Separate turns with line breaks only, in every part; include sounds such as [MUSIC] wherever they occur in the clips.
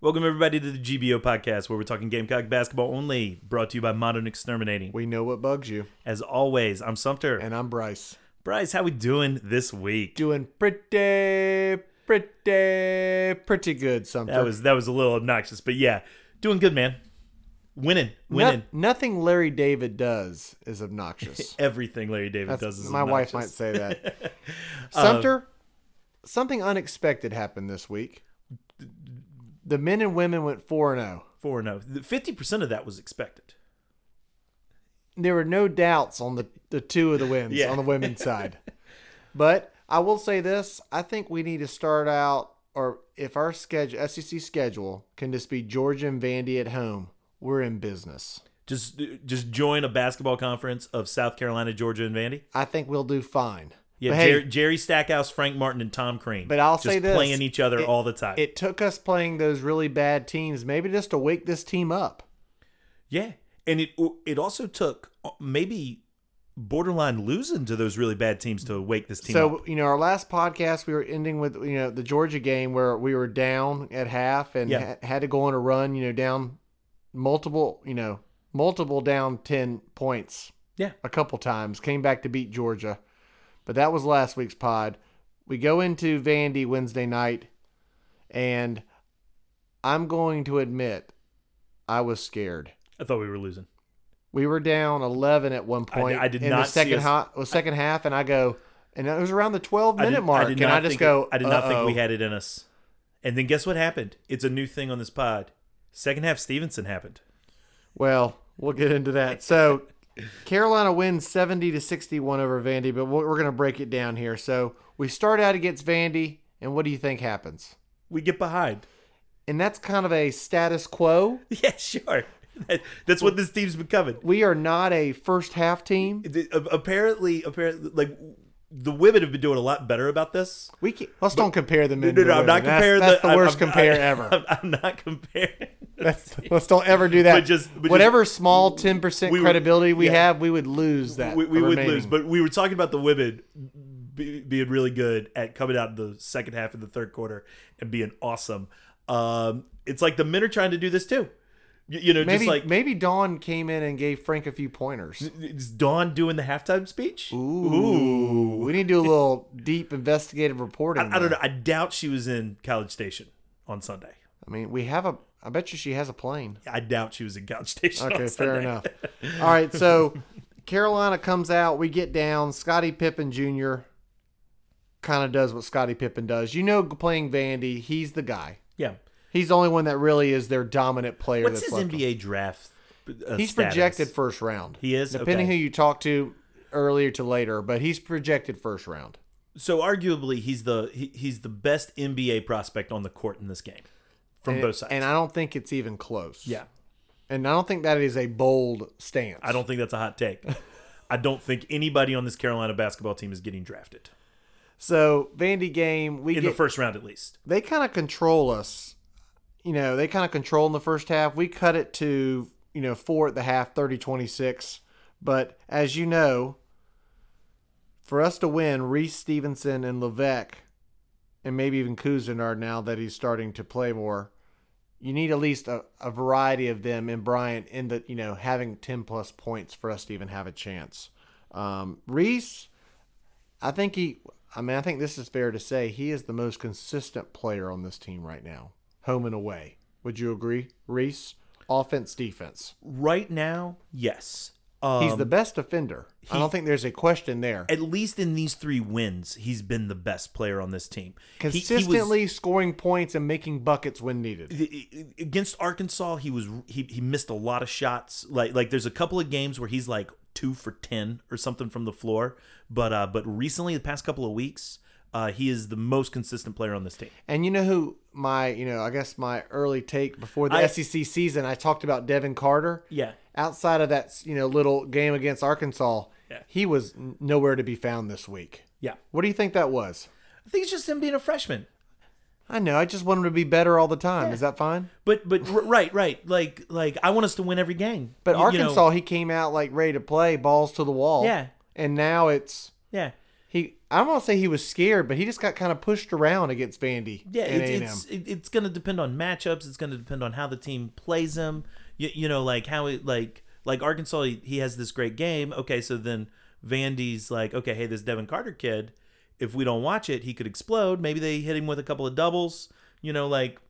Welcome, everybody, to the GBO podcast where we're talking Gamecock basketball only, brought to you by Modern Exterminating.
We know what bugs you.
As always, I'm Sumter.
And I'm Bryce.
Bryce, how we doing this week?
Doing pretty, pretty, pretty good, Sumter.
That was that was a little obnoxious, but yeah, doing good, man. Winning,
No-
winning.
nothing Larry David does is [LAUGHS] obnoxious.
Everything Larry David
That's-
does is
my wife might
obnoxious.
say [LAUGHS] that. Sumter, something unexpected happened this week. The men and oh. women went 4 0.
four and zero. Fifty percent of that was expected.
There were no doubts on the, the two of the wins
Yeah.
on the
[LAUGHS]
women's side. But I will say this I think we need to start out, or if our schedule, SEC schedule can just be Georgia and Vandy at home, we're in business.
Just just join a basketball conference of South Carolina, Georgia, and Vandy.
I think we'll do fine.
Yeah,
but hey,
Jer- Jerry Stackhouse, Frank Martin, and Tom Crean.
But I'll
just
say this,
playing each other
it-
all the time.
it took us playing those really bad teams, maybe just to wake this team up.
Yeah, and it it also took uh, maybe borderline losing to those really bad teams to wake this team
so
up.
you know, our last podcast we were ending with you know the Georgia game where we were down at half and
Yeah.
ha- had to go on a run. You know, down multiple. You know, multiple down ten points.
Yeah.
a couple times came back to beat Georgia, but that was last week's pod. We go into Vandy Wednesday night, and I'm going to admit I was scared.
I thought we were losing.
We were down 11 at one
I-
point.
I did
in
not
the
see
second
us-
half. Well, second half, and I go, and it was around the 12
I
minute
did,
mark,
I did
and
not
I just
think-
go,
I did not think we
"Uh-oh."
had it in us. And then guess what happened? It's a new thing on this pod. Second half Stevenson happened.
Well, we'll get into
[LAUGHS]
that. So, Carolina wins 70 to 61 over Vandy, but we're going to break it down here. So, we start out against Vandy, and what do you think happens?
We get behind. [LAUGHS]
And that's kind of a status quo.
Yeah, sure. That- that's what this team's becoming.
We are not a first half team.
The- a- Apparently, apparently, like the women have been doing a lot better about this.
We can't, let's don't compare the
No,
men.
no,
to
no, I'm not
women. That's-
comparing.
That's,
the,
the,
I'm-
worst
I'm- [LAUGHS]
compare
I'm-
ever.
I'm, I'm not comparing.
That's, let's don't ever do that.
But just- but just-
whatever small ten percent
we would-
credibility we
yeah.
have, we would lose that.
we, we would
remaining.
lose, but we were talking about the women be, being really good at coming out in the second half and the third quarter and being awesome. Um, it's like the men are trying to do this too. You, you know,
maybe
just like
maybe Dawn came in and gave Frank a few pointers.
it's Dawn doing the halftime speech.
Ooh, we need to do a little deep investigative reporting.
I, I don't
there.
know. I doubt she was in College Station on Sunday.
I mean, we have a. I bet you she has a plane.
I doubt she was in College Station.
Okay,
on
fair
Sunday.
enough. All
[LAUGHS]
right, so Carolina comes out. We get down. Scottie Pippen Jr. kind of does what Scottie Pippen does. You know, playing Vandy, he's the guy.
Yeah.
He's the only one that really is their dominant player.
What's
that's
his
left
NBA draft? uh,
He's
status?
projected first round.
He is?
Depending
Okay.
who you talk to earlier to later, but he's projected first round.
So arguably, he's the he, he's the best NBA prospect on the court in this game, from
And-
both sides.
Eh, And I don't think it's even close.
yeah.
And I don't think that is a bold stance.
I don't think that's a hot take. [LAUGHS] I don't think anybody on this Carolina basketball team is getting drafted
So Vandy game, we
in
get,
the first round, at least.
they kind of control us. You know, they kind of control in the first half. We cut it to, you know, four at the half, 30 26. But as you know, for us to win, Reese Stevenson and Levesque, and maybe even Cousinard now that he's starting to play more, you need at least a, a variety of them and Bryant in the, you know, having 10 plus points for us to even have a chance. Um, Reese, I think he. I mean, I think this is fair to say he is the most consistent player on this team right now, home and away. Would you agree, Reese? Offense, defense.
Right now, yes. Um,
He's the best defender. I don't think there's a question there.
at least in these three wins, he's been the best player on this team. He- he was-
Consistently scoring points and making buckets when needed.
the- against Arkansas, he was he, he missed a lot of shots. Like like there's a couple of games where he's like two for ten or something from the floor. But uh, but recently, the past couple of weeks, uh, he is the most consistent player on this team.
And you know who my, you know, I guess my early take before the
I-
SEC season, I talked about Devin Carter.
Yeah,
Outside of that, you know, little game against Arkansas,
Yeah.
he was n- nowhere to be found this week.
yeah.
What do you think that was?
I think it's just him being a freshman.
I know. I just want him to be better all the time. Is that fine?
But but r- right right like like I want us to win every game.
But
You- you know,
Arkansas, he came out like ready to play, balls to the wall.
Yeah.
And now it's
yeah.
he I don't want to say he was scared, but he just got kind of pushed around against Vandy.
Yeah,
and
it,
A&M.
it's it, it's going to depend on matchups. It's going to depend on how the team plays him. You, you know, like how it like like Arkansas. He, he has this great game. Okay, so then Vandy's like, okay, hey, this Devin Carter kid. If we don't watch it, he could explode. Maybe they hit him with a couple of doubles. You know, like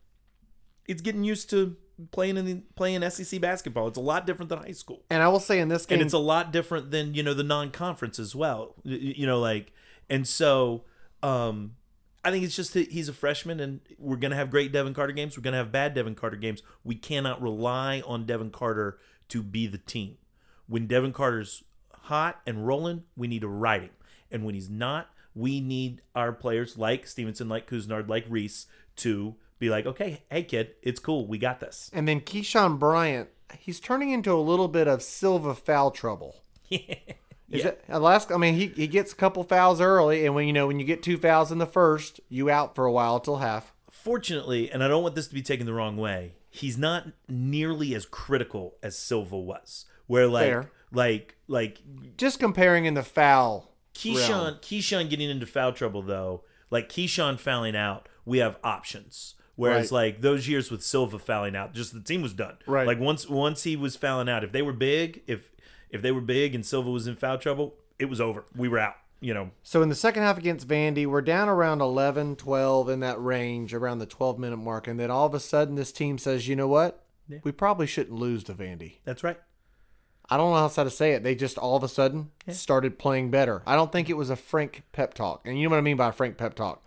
it's getting used to playing in the, playing SEC basketball. It's a lot different than high school
and I will say in this game,
and it's a lot different than you know the non-conference as well Y- y- you know like and so um i think it's just that he's a freshman and we're gonna have great devin carter games we're gonna have bad devin carter games we cannot rely on devin carter to be the team when devin carter's hot and rolling we need to ride him and when he's not we need our players like stevenson like kuznard like reese to be like okay hey kid it's cool we got this [LAUGHS]
and then Keyshawn Bryant, he's turning into a little bit of Silva foul trouble. Is
Yeah.
it Alaska? I mean, he, he gets a couple fouls early, and when you know when you get two fouls in the first, you out for a while till half.
fortunately, and I don't want this to be taken the wrong way, he's not nearly as critical as Silva was. Where like
Fair.
like like
Just comparing in the foul.
Keyshawn
Realm.
Keyshawn getting into foul trouble though, like Keyshawn fouling out, we have options. Whereas
Right.
like those years with Silva fouling out, just the team was done.
Right.
Like once once he was fouling out, if they were big, if if they were big and Silva was in foul trouble, it was over. We were out. You know,
So in the second half against Vandy, we're down around 11, 12 in that range, around the 12 minute mark, and then all of a sudden this team says, you know what?
Yeah.
We probably shouldn't lose to Vandy.
that's right.
I don't know how else how to say it. They just all of a sudden started playing better. I don't think it was a Frank pep talk. And you know what I mean by a Frank pep talk?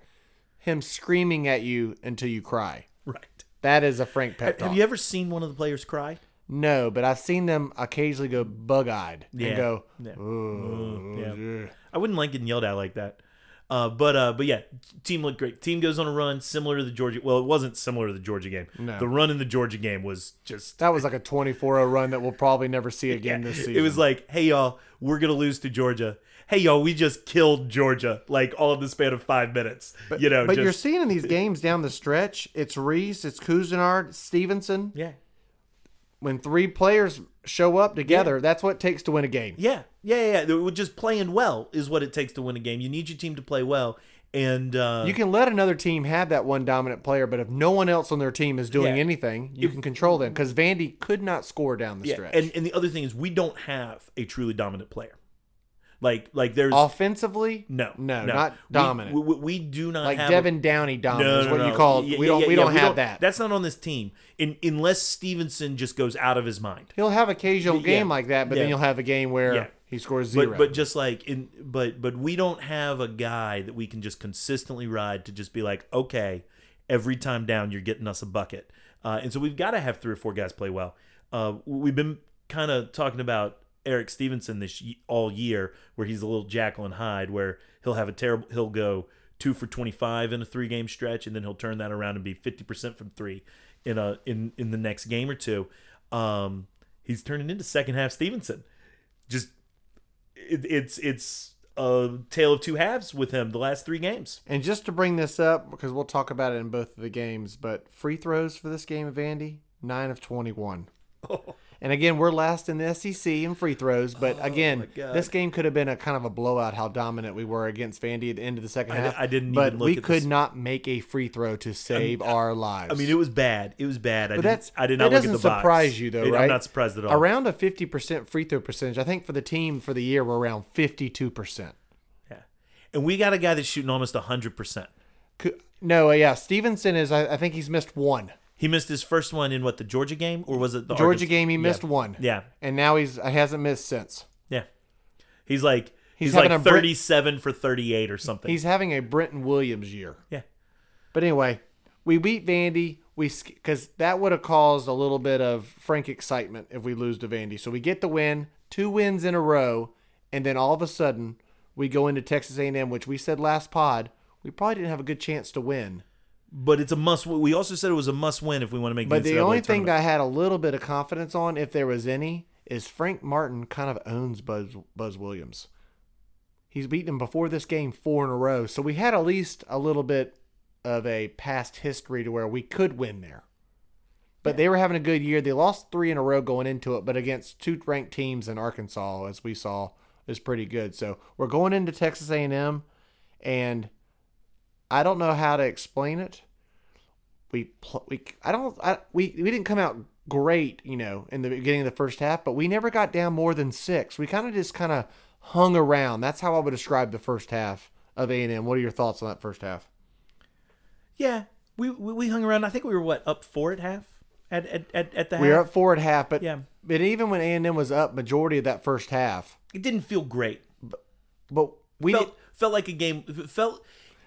Him screaming at you until you cry.
Right.
That is a Frank pep talk.
Have you ever seen one of the players cry?
No, but I've seen them occasionally go bug eyed
Yeah.
and go,
Yeah. Mm-hmm.
"Oh,
yeah.
yeah."
I wouldn't like getting yelled at like that. Uh, but uh, but yeah, team looked great. Team goes on a run similar to the Georgia. Well, it wasn't similar to the Georgia game.
No.
The run in the Georgia game was just.
That was like a 24 0 run that we'll probably never [LAUGHS] see again this season.
It was like, hey y'all, we're gonna lose to Georgia. Hey y'all, we just killed Georgia like all in the span of five minutes. you know,
but
just,
you're seeing in these games down the stretch, it's Reese, it's Cousinard, Stevenson.
yeah,
When three players show up together, that's what it takes to win a game.
yeah, yeah, yeah. yeah. We're Just playing well is what it takes to win a game. You need your team to play well, and uh,
You can let another team have that one dominant player, but if no one else on their team is doing
Yeah.
anything, you can control them because Vandy could not score down the
yeah.
stretch.
And and the other thing is, we don't have a truly dominant player. Like like there's
Offensively,
No,
no, not
We-
dominant.
We, we, we do not
like
have
Devin Downey
A,
dominant
no,
is
no,
what
no.
you called.
Yeah,
we don't.
yeah,
we
yeah,
don't have that.
That's not on this team, in, unless Stevenson just goes out of his mind.
He'll have occasional
Yeah,
game like that, but
yeah.
then you'll have a game where
Yeah.
he scores zero.
But, but just like in but but we don't have a guy that we can just consistently ride to just be like okay every time down you're getting us a bucket uh, and so we've got to have three or four guys play well uh, we've been kind of talking about Eric Stevenson this y- all year where he's a little Jacqueline Hyde where he'll have a terrible he'll go two for 25 in a three game stretch and then he'll turn that around and be 50% from three in a in in the next game or two um, he's turning into second half Stevenson just it, it's it's a tale of two halves with him the last three games.
and just to bring this up, because we'll talk about it in both of the games, but free throws for this game of Vandy, nine of
[LAUGHS]
twenty-one. And again, we're last in the SEC in free throws, but again,
Oh God.
this game could have been a kind of a blowout. How dominant we were against Vandy at the end of the second
I-
half.
I didn't
but
even look
we
at
could
this.
not make a free throw to save our lives.
I mean, it was bad. It was bad. I
But
didn't,
that's
I did
that
not look at
doesn't
the box.
surprise you though,
It-
right?
I'm not surprised at all.
Around a fifty percent free throw percentage, I think for the team for the year we're around fifty two percent.
yeah. And we got a guy that's shooting almost hundred percent.
No, yeah, Stevenson is. I, I think he's missed one
He missed his first one in what the Georgia game or was it the
Georgia
Arkansas-
game. He missed one,
Yeah,
and now he's he hasn't missed since.
yeah. He's like he's,
He's
like
having a Brit-
37 for 38 or something.
He's having a Brenton Williams year.
yeah.
But anyway, we beat Vandy. We because that would have caused a little bit of frank excitement if we lose to Vandy. So we get the win, two wins in a row, and then all of a sudden we go into Texas A&M, which we said last pod we probably didn't have a good chance to win.
But it's a must. We also said it was a must win if we want to make.
But the
NCAA
only thing
tournament.
that I had a little bit of confidence on, if there was any, is Frank Martin kind of owns Buzz Buzz Williams. He's beaten him before this game four in a row, so we had at least a little bit of a past history to where we could win there. But they were having a good year. They lost three in a row going into it, but against two ranked teams in Arkansas, as we saw is pretty good. So we're going into Texas A&M, and I don't know how to explain it. We pl- we I don't I, we we didn't come out great, you know, in the beginning of the first half, but we never got down more than six. We kind of just kind of hung around. That's how I would describe the first half of A&M. What are your thoughts on that first half?
Yeah, we, we we hung around. I think we were what up four at half at at at, at the
We were
half.
up four at half, but
Uh, Yeah.
but even when A&M was up majority of that first half,
It didn't feel great.
but we
felt
did-
felt like a game. f- Felt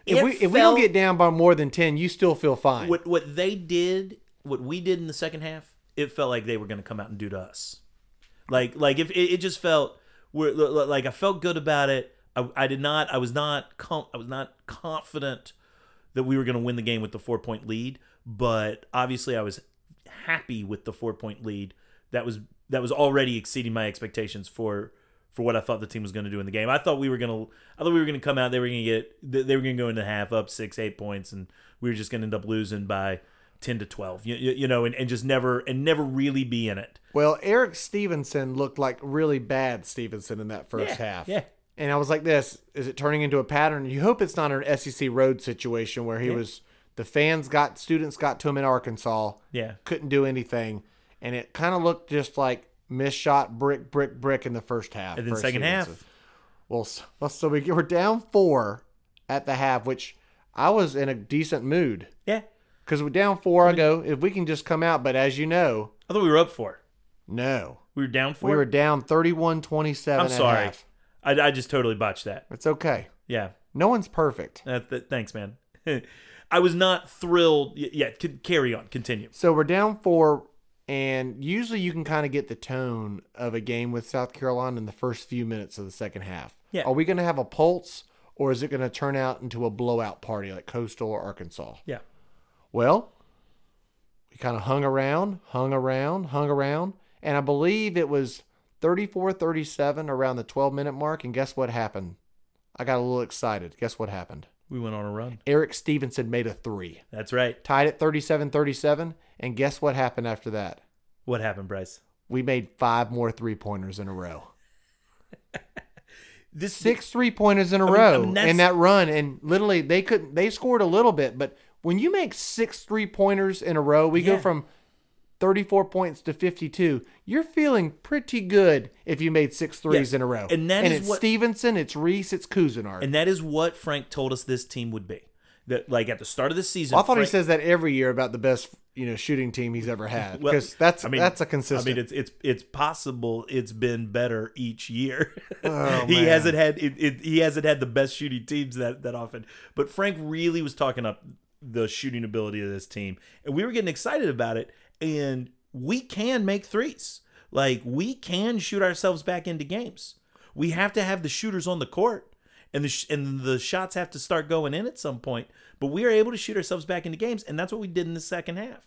if
it
we if we
felt-
don't get down by more than ten, you still feel fine.
what what they did, what we did in the second half, it felt like they were going to come out and do to us. Like like if it, it just felt we're, l- l- like I felt good about it. I, I did not. I was not. Com- I was not confident that we were going to win the game with the four point lead. But obviously, I was happy with the four point lead. That was that was already exceeding my expectations for for what I thought the team was going to do in the game. I thought we were going to I thought we were going to come out. They were going to get they they were going to go into half up six eight points, and we were just going to end up losing by ten to twelve. You, you, you know, and, and just never and never really be in it.
Well, Eric Stevenson looked like really bad Stevenson in that first
Yeah,
half.
yeah.
And I was like, this is it turning into a pattern? You hope it's not an SEC road situation where he was the fans got students got to him in Arkansas,
Yeah,
couldn't do anything, and it kind of looked just like missed shot, brick, brick, brick in the first half.
and then
for
second
Stevenson.
half.
Well, so, well, so we we're down four at the half, which I was in a decent mood
Yeah,
because we're down four. I go if we can just come out, but as you know,
I thought we were up four.
no.
We were down four.
We were down 31 27.
I'm sorry. I, I just totally botched that.
It's okay.
Yeah.
No one's perfect.
That, that, Uh, thanks, man. [LAUGHS] I was not thrilled. y- Yeah, c- carry on. Continue.
So we're down four, and usually you can kind of get the tone of a game with South Carolina in the first few minutes of the second half.
Yeah.
Are we going to have a pulse, or is it going to turn out into a blowout party like Coastal or Arkansas?
Yeah.
Well, we kind of hung around, hung around, hung around, and I believe it was 34 37 around the 12 minute mark. And guess what happened? I got a little excited. Guess what happened?
We went on a run.
Eric Stevenson made a three,
That's right.
tied at 37 37. And guess what happened after that?
What happened, Bryce?
We made five more three pointers in a row.
This
Six three pointers in a
mean- I
row
mean, that's-
in that run. And literally, they couldn't, they scored a little bit, but when you make six three pointers in a row, we
Yeah.
go from 34 points to 52. You're feeling pretty good if you made six threes
Yeah.
in a row.
And that is
it's
what-
Stevenson, it's Reese, it's Cousinard.
and that is what Frank told us this team would be. That like at the start of the season,
I thought
Frank,
he says that every year about the best, you know, shooting team he's ever had
Well,
because that's
I mean-
that's a
I
consistent.
mean, it's it's it's possible it's been better each year. [LAUGHS]
Oh,
he
man.
hasn't had it, it. He hasn't had the best shooting teams that that often. But Frank really was talking up the shooting ability of this team, and we were getting excited about it. And we can make threes. Like we can shoot ourselves back into games. We have to have the shooters on the court. And the, sh- and the shots have to start going in at some point, but we are able to shoot ourselves back into games, and that's what we did in the second half.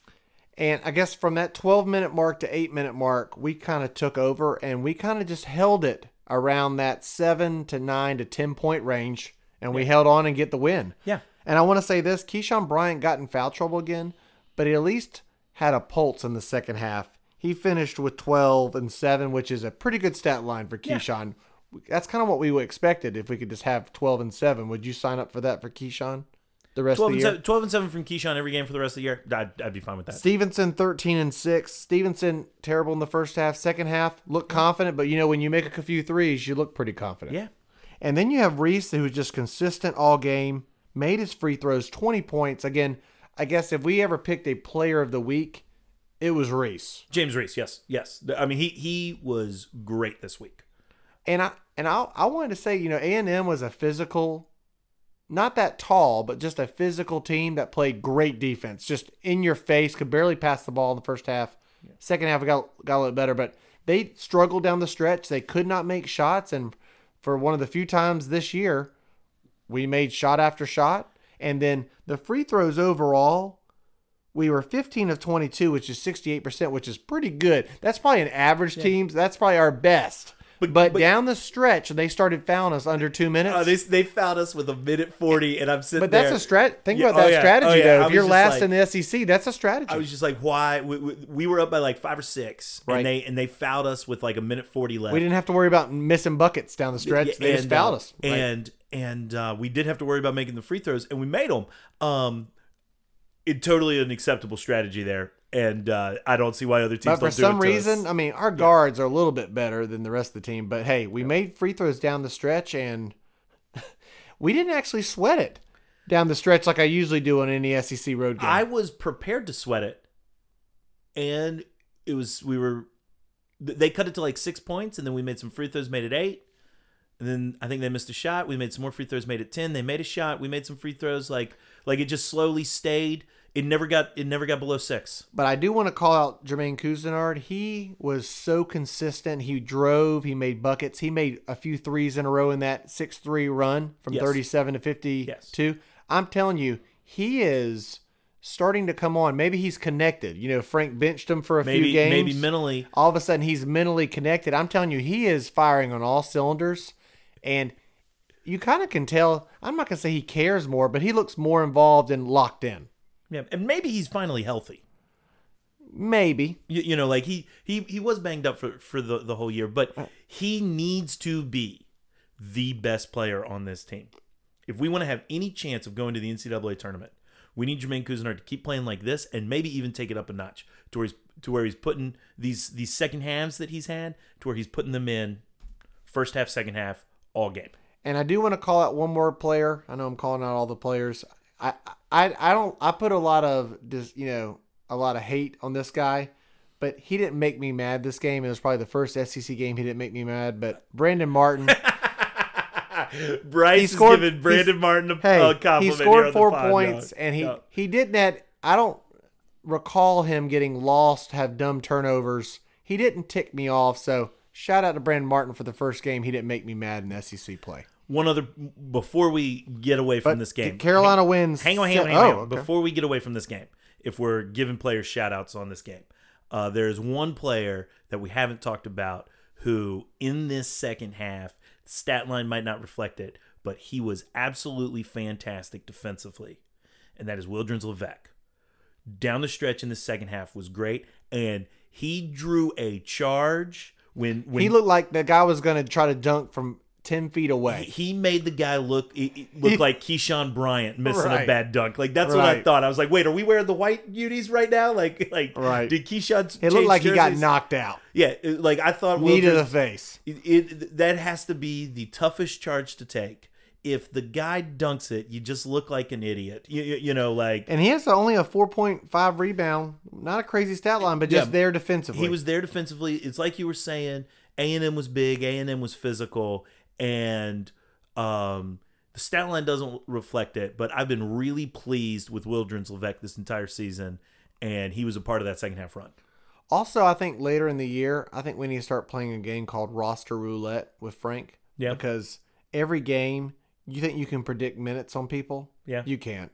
And I guess from that 12 minute mark to 8 minute mark, we kind of took over and we kind of just held it around that 7 to 9 to 10 point range and we held on and get the win.
Yeah.
And I want to say this Keyshawn Bryant got in foul trouble again, but he at least had a pulse in the second half. He finished with 12 and 7, which is a pretty good stat line for Keyshawn. That's kind of what we would expected if we could just have 12 and 7. Would you sign up for that for Keyshawn the
12
rest of the
and,
year?
seven, 12 and 7 from Keyshawn every game for the rest of the year. I'd, I'd be fine with that.
Stevenson 13 and 6. Stevenson terrible in the first half, second half looked confident, but you know when you make a few threes, you look pretty confident.
Yeah.
And then you have Reese who was just consistent all game, made his free throws, 20 points. Again, I guess if we ever picked a player of the week, it was Reese.
James Reese, yes. Yes. The- I mean, he he was great this week.
And I and I I wanted to say, you know, A&M was a physical not that tall, but just a physical team that played great defense, just in your face, could barely pass the ball in the first half. Second half it got got a little better, but they struggled down the stretch. They could not make shots, and for one of the few times this year, we made shot after shot. And then the free throws overall, we were 15 of 22, which is 68%, which is pretty good. That's probably an average team. That's probably our best.
But,
But, down the stretch, they started fouling us under two minutes.
uh, they, they found us with a minute 40, and I'm sitting
but
there.
that's a strat. Think
Yeah,
about
oh,
that
yeah, oh, yeah,
strategy,
I
though.
was
If you're
just
last
like-
in the SEC, that's a strategy.
I was just like, why? We, we, we were up by like five or six,
Right.
and they and they fouled us with like a minute forty left.
we didn't have to worry about missing buckets down the stretch.
Yeah,
they just
uh,
fouled us. Right.
And and uh, we did have to worry about making the free throws, and we made them. Um, it totally an acceptable strategy there, and uh, I don't see why other teams.
But for
don't do
some
it to
reason,
us.
I mean, our guards are a little bit better than the rest of the team. But hey, we made free throws down the stretch, and [LAUGHS] we didn't actually sweat it down the stretch like I usually do on any SEC road game.
I was prepared to sweat it, and it was we were. th- They cut it to like six points, and then we made some free throws, made it eight. And then I think they missed a shot. We made some more free throws, made it ten. They made a shot. We made some free throws. Like like it just slowly stayed. It never got it never got below six.
But I do want to call out Jermaine Cousinard. He was so consistent. He drove. He made buckets. He made a few threes in a row in that six-three run from
Yes.
thirty-seven to fifty-two. I'm telling you, he is starting to come on. Maybe he's connected. You know, Frank benched him for a
Maybe
few games.
maybe mentally
all of a sudden he's mentally connected. I'm telling you, he is firing on all cylinders, and you kind of can tell. I'm not gonna say he cares more, but he looks more involved and locked in.
Yeah, and maybe he's finally healthy.
Maybe
You, you know, like he he he was banged up for for the the whole year, but
Mm.
he needs to be the best player on this team. If we want to have any chance of going to the NCAA tournament, we need Jermaine Cousinard to keep playing like this, and maybe even take it up a notch to where he's to where he's putting these these second halves that he's had to where he's putting them in first half, second half, all game.
And I do want to call out one more player. I know I'm calling out all the players. I I I don't I put a lot of dis, you know a lot of hate on this guy, but he didn't make me mad this game. It was probably the first SEC game he didn't make me mad. But
[LAUGHS]
Brandon Martin,
Oh, Bryce
He
is
scored-
giving Brandon
he's-
Martin a,
hey,
a compliment.
he
here on
scored
the
four
pod,
points,
dog.
and he
Dog.
he didn't that. I don't recall him getting lost, have dumb turnovers. He didn't tick me off. So shout out to Brandon Martin for the first game. He didn't make me mad in SEC play.
one other before we get away from
But
this game.
Carolina wins.
hang on, hang on,
se-
hang on.
oh, okay.
Before we get away from this game, if we're giving players shout outs on this game, uh, there is one player that we haven't talked about who, in this second half, stat line might not reflect it, but he was absolutely fantastic defensively, and that is Wildrins Levesque. Down the stretch in the second half was great, and he drew a charge when when
he looked like the guy was going to try to dunk from 10 feet away.
he made the guy look he- he look like Keyshawn Bryant missing a
Right.
bad dunk. Like that's what I
Right.
thought. I was like, wait, are we wearing the white unis right now? Like, [LAUGHS] like
Right.
did Keyshawn?
It
change
looked like he got
jerseys?
knocked out,
Yeah, it- like I thought.
knee to the
Wilders,
face.
it, it, that has to be the toughest charge to take. If the guy dunks it, you just look like an idiot. You, you, you know, like
And he has only a 4.5 rebound. Not a crazy stat line, but just
Yeah.
there defensively.
he was there defensively. It's like you were saying, A and M was big, A and M was physical, and um, the stat line doesn't reflect it. But I've been really pleased with Wildrins Levesque this entire season, and he was a part of that second half run.
Also, I think later in the year, I think we need to start playing a game called Roster Roulette with Frank.
Yeah.
Because every game, you think you can predict minutes on people?
Yeah. [LAUGHS]
You can't.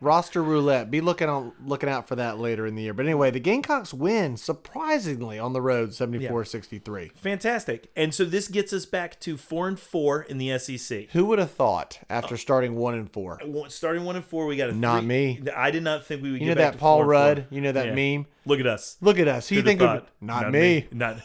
Roster Roulette. Be looking on looking out for that later in the year. But anyway, the Gamecocks win surprisingly on the road 74-63.
Fantastic. And so this gets us back to four and four in the SEC.
Who would have thought after
Oh.
starting 1 and 4?
Starting one and four, we got a
Not
three-
me.
I did not think we would.
You know
get back to
that Paul
four and four.
Rudd, you know that
Yeah.
meme?
Look at us.
Look at us. Who you
Who'd
think
have
would,
thought?
not, me.
Not.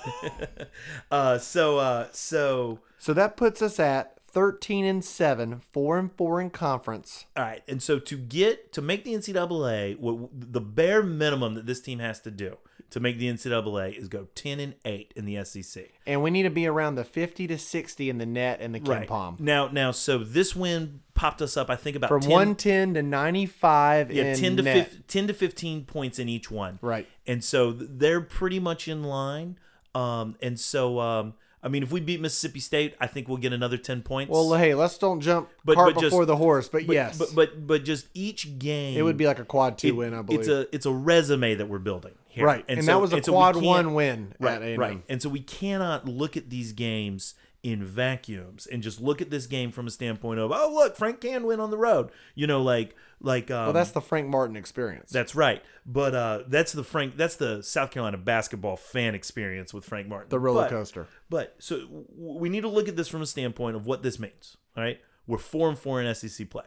[LAUGHS] uh, so uh, so
So that puts us at 13 and 7, 4 and 4 in conference.
All right, and so to get to make the NCAA, what the bare minimum that this team has to do to make the NCAA is go ten and eight in the E SEC.
and we need to be around the 50 to 60 in the net and the Kim Palm.
now, now, so this win popped us up. I think about
From
10
110 to 95
yeah,
in
ten to
net.
15, ten to fifteen points in each one.
Right.
and so th- they're pretty much in line. Um, and so um, I mean, if we beat Mississippi State, I think we'll get another ten points.
Well, hey, let's don't jump
But-
cart
but just-
before the horse, but,
but,
yes.
but but but just each game,
it would be like a quad 2 win, I believe.
It's a it's a resume that we're building here,
right. And,
so-
that was a
and so we
quad
can't-
1 win
right,
at A&M.
right. And so we cannot look at these games in vacuums and just look at this game from a standpoint of oh look Frank can win on the road you know like like um,
Well, that's the Frank Martin experience.
that's right but uh that's the Frank that's the South Carolina basketball fan experience with Frank Martin
the roller
But-
coaster.
but so w- we need to look at this from a standpoint of what this means. All right, we're four and four in SEC play.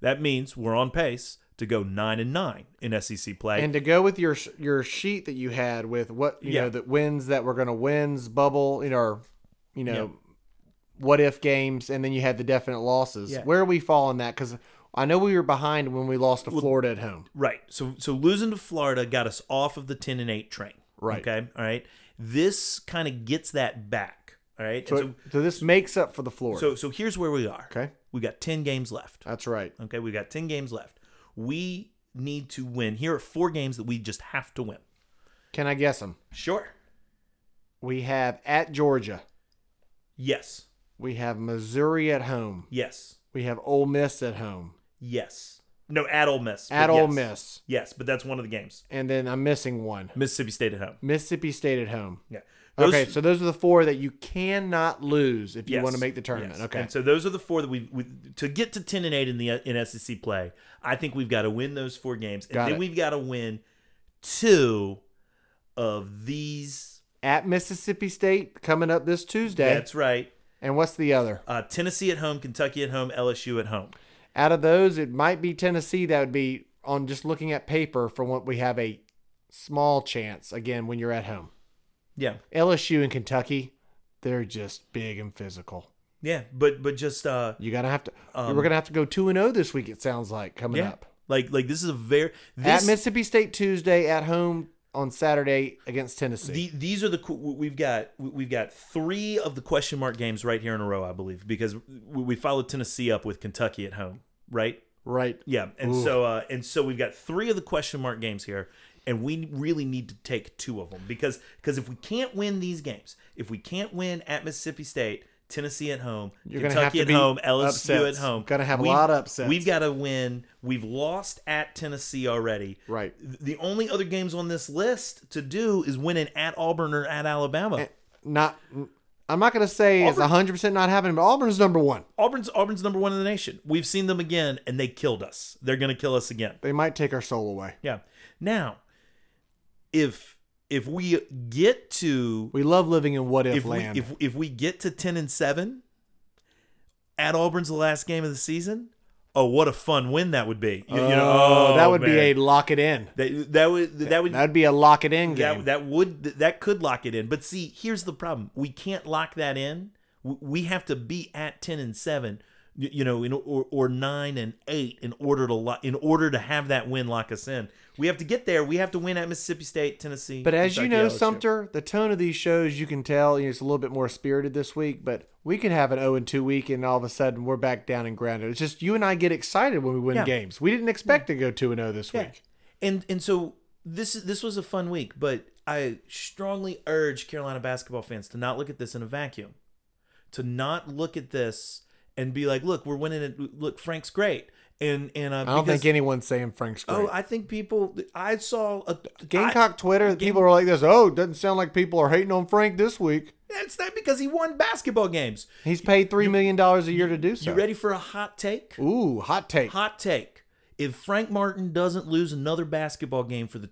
That means we're on pace to go nine and nine in SEC play.
And to go with your your sheet that you had with what you
Yeah.
know that wins that we're going to wins bubble you know or, you know what if games and then you had the definite losses.
Yeah.
Where we fall in that cuz I know we were behind when we lost to Florida at home.
right. So so losing to Florida got us off of the ten and eight train.
Right.
Okay. All right. This kind of gets that back. All right.
So,
And So,
so this makes up for the Florida.
so so here's where we are.
okay?
We got ten games left.
That's right.
Okay. We got ten games left. We need to win. Here are four games that we just have to win.
Can I guess them?
Sure.
We have at Georgia.
Yes.
We have Missouri at home.
Yes.
We have Ole Miss at home.
Yes. No, at Ole Miss. but
At Ole
yes.
Miss.
Yes, but that's one of the games.
And then I'm missing one.
Mississippi State at home.
Mississippi State at home.
Yeah.
okay, so those are the four that you cannot lose if you
yes,
want to make the tournament.
yes.
Okay.
And so those are the four that we, we to get to ten and eight in the in SEC play. I think we've got to win those four games, and
Got
then
it.
we've got to win two of these.
at Mississippi State coming up this Tuesday.
That's right.
and what's the other?
Uh, Tennessee at home, Kentucky at home, LSU at home.
Out of those, it might be Tennessee that would be on just looking at paper from what we have a small chance again when you're at home.
Yeah,
LSU and Kentucky, they're just big and physical.
yeah, but but just uh,
You're gonna have to.
Um,
we're gonna have to go two and zero this week. It sounds like coming
yeah,
up
like like this is a very this
at Mississippi State Tuesday, at home on Saturday against Tennessee.
The, these are the qu- we've got we've got three of the question mark games right here in a row, I believe, because we we followed Tennessee up with Kentucky at home, right?
right.
Yeah, and so uh, and so we've got three of the question mark games here, and we really need to take two of them because because if we can't win these games, if we can't win at Mississippi State. Tennessee at home,
You're gonna have
Kentucky
to
at
be
home, LSU
upsets.
at home.
Gonna have a
We've-
lot of upsets.
We've got to win. We've lost at Tennessee already.
Right.
The only other games on this list to do is winning at Auburn or at Alabama.
Not. I'm not gonna say it's 100 percent not happening, but Auburn's number one.
Auburn's Auburn's number one in the nation. We've seen them again, and they killed us. They're going to kill us again.
They might take our soul away.
Yeah. Now, if if we get to
We love living in what if,
if we,
land.
if if we get to ten and seven at Auburn's the last game of the season, oh what a fun win that would be. You, you know,
oh, that would be a
man.
lock it in.
that, that would that would
That would be a lock it in game.
that, that would that could lock it in but see here's the problem we can't lock that in W- we have to be at 10 and 7 y- you know in, or, or 9 and 8 in order to lo- in order to have that win lock us in we have to get there we have to win at mississippi state tennessee
But as you
Kentucky,
know,
LSU.
Sumter, the tone of these shows, you can tell you know, it's a little bit more spirited this week, but we could have an 0 and 2 week and all of a sudden we're back down and grounded. It's just you and I get excited when we win
Yeah.
games. We didn't expect to go 2 and 0 this week.
and and so this this was a fun week but i strongly urge carolina basketball fans to not look at this in a vacuum to not look at this and be like look we're winning it look frank's great and and uh,
I don't think anyone's saying Frank's great.
Oh, I think people. I saw a
Gamecock Twitter,
Game-
people are like this. Oh, doesn't sound like people are hating on Frank this week.
I, that's not because he won basketball games.
He's paid three million dollars a year to do so.
You ready for a hot take?
Ooh, hot take.
Hot take. If Frank Martin doesn't lose another basketball game for the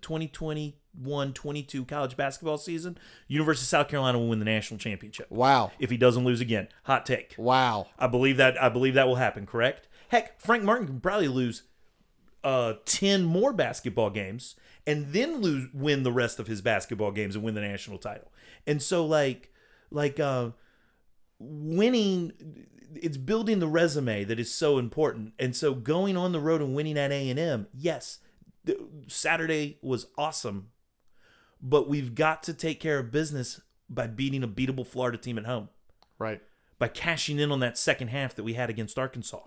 2021-22 college basketball season, University of South Carolina will win the national championship.
Wow,
If he doesn't lose again, hot take.
wow.
I believe that I believe that will happen, correct? Heck, Frank Martin can probably lose uh 10 more basketball games and then lose win the rest of his basketball games and win the national title. And so like like uh winning it's building the resume that is so important. And so going on the road and winning at A&M, yes, th- Saturday was awesome. But we've got to take care of business by beating a beatable Florida team at home
Right.
by cashing in on that second half that we had against Arkansas,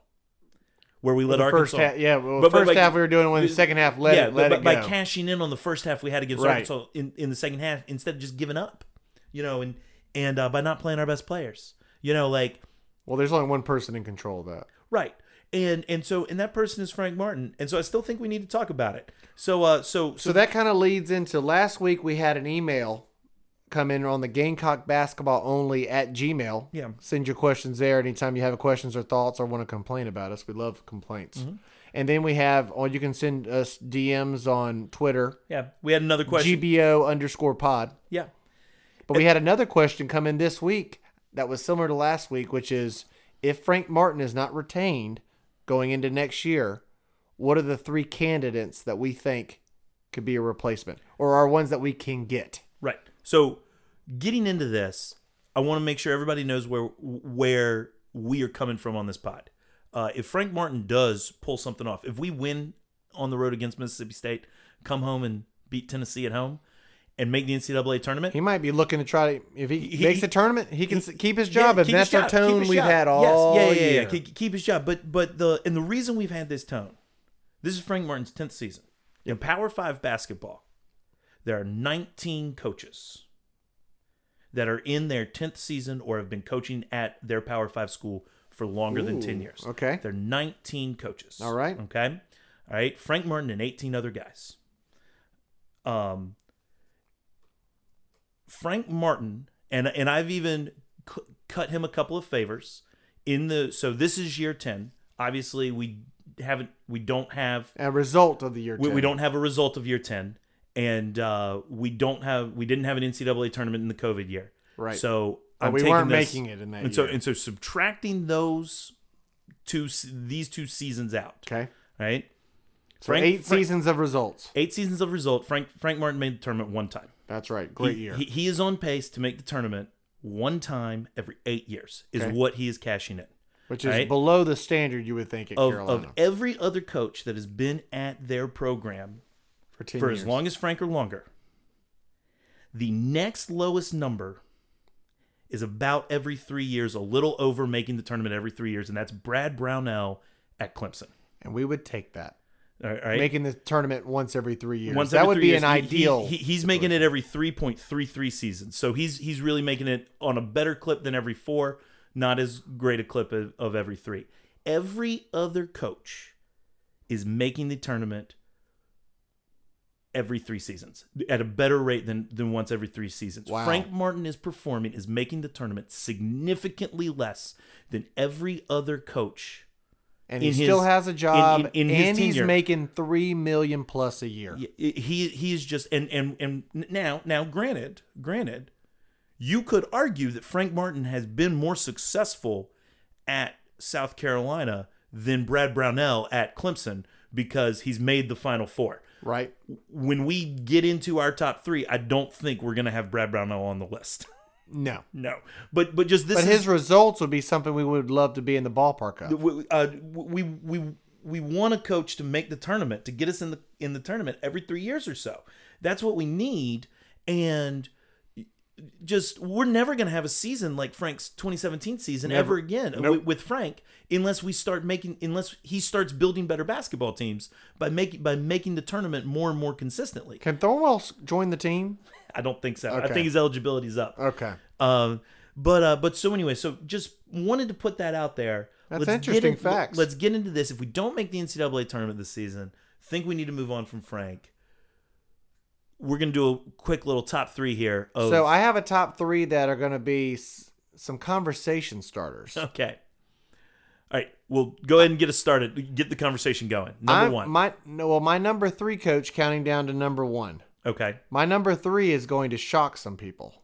where we let
The first
Arkansas.
half, yeah. Well,
But- but
first
by-
half we were doing one. The second half, let
yeah,
it, let
but
it
by
go.
cashing in on the first half we had against
Right.
Arkansas in, in the second half instead of just giving up, you know, and and uh, by not playing our best players, you know, like
well, there's only one person in control of that.
right. And and so and that person is Frank Martin, and so I still think we need to talk about it. So uh, so so,
So that kind of leads into last week. We had an email come in on the Gamecock basketball only at Gmail.
Yeah.
Send your questions there anytime you have questions or thoughts or want to complain about us. We love complaints.
Mm-hmm.
And then we have, or you can send us DMs on Twitter,
Yeah. We had another question.
GBO underscore pod.
yeah.
But we had another question come in this week that was similar to last week, which is if Frank Martin is not retained going into next year, what are the three candidates that we think could be a replacement or are ones that we can get?
Right. So, getting into this, I want to make sure everybody knows where where we are coming from on this pod. Uh, if Frank Martin does pull something off, if we win on the road against Mississippi State, come home and beat Tennessee at home, and make the NCAA tournament,
He might be looking to try to, if he,
He-
makes the tournament, he can s keep his job.
Yeah,
and
keep his
that's our
job, keep
tone
his
we've
job.
had
Yes,
all
yeah, yeah, yeah,
year.
yeah. Keep, keep his job. But but the and the reason we've had this tone, this is Frank Martin's tenth season in Power Five basketball. There are 19 coaches that are in their 10th season or have been coaching at their Power Five school for longer than 10
Ooh,
years.
okay.
There are 19 coaches.
All right.
Okay. All right. Frank Martin and 18 other guys. Um, Frank Martin, and and I've even cu- cut him a couple of favors in the. So this is year ten. Obviously, we haven't. We don't have.
A result of the year.
We,
10.
we don't have a result of year ten, and uh, we don't have. We didn't have an NCAA tournament in the COVID year.
Right.
So
But
I'm
we
taking
weren't
this-
making it in that
And so
year.
and so subtracting those two se- these two seasons out.
Okay.
Right.
So
Frank-
eight
Frank-
seasons of results.
Eight seasons of result. Frank Frank Martin made the tournament one time.
That's right. Great
he,
year.
He, he is on pace to make the tournament one time every eight years, is
Okay.
what he is cashing in.
which is
right.
below the standard you would think at
Of,
Carolina
of every other coach that has been at their program
for 10
for
years.
as long as Frank or longer, the next lowest number is about every three years, a little over making the tournament every three years, and that's Brad Brownell at Clemson.
and we would take that.
All right.
Making the tournament once every three years.
Once
that
every
would
three
be
years.
an
He- he-
ideal.
he- he's making it every three point three three seasons, so he's he's really making it on a better clip than every four. Not as great a clip of, of every three. Every other coach is making the tournament every three seasons at a better rate than than once every three seasons.
Wow.
Frank Martin is performing is making the tournament significantly less than every other coach.
and he
in
still
his-
has a job.
in- in his
and he's
tenure.
making three million plus a year.
Yeah, it- he he is just and and and now now granted granted you could argue that Frank Martin has been more successful at South Carolina than Brad Brownell at Clemson because he's made the final four.
Right?
When we get into our top 3, I don't think we're going to have Brad Brownell on the list. [LAUGHS]
No.
no. But but just this
But
is-
his results would be something we would love to be in the ballpark of.
we uh, we we we want a coach to make the tournament to get us in the in the tournament every three years or so. That's what we need, and just we're never going to have a season like Frank's 2017 season ever again wi- with, Frank unless we start making unless he starts building better basketball teams by making by making the tournament more and more consistently.
Can Thornwell s- join the team?
I don't think so. I
Okay.
think his eligibility's up.
Okay.
Um, but uh, but so anyway, so just wanted to put that out there.
That's
get
interesting
in-
facts.
Let's get into this. If we don't make the NCAA tournament this season, think we need to move on from Frank. We're gonna do a quick little top three here. Of,
So I have a top three that are going to be s- some conversation
[LAUGHS]
starters.
okay, all right. Well, go ahead and get us started. Get the conversation going. [LAUGHS] Number
I'm-
one.
My, no, well, my number three coach counting down to number one.
okay.
My number three is going to shock some people,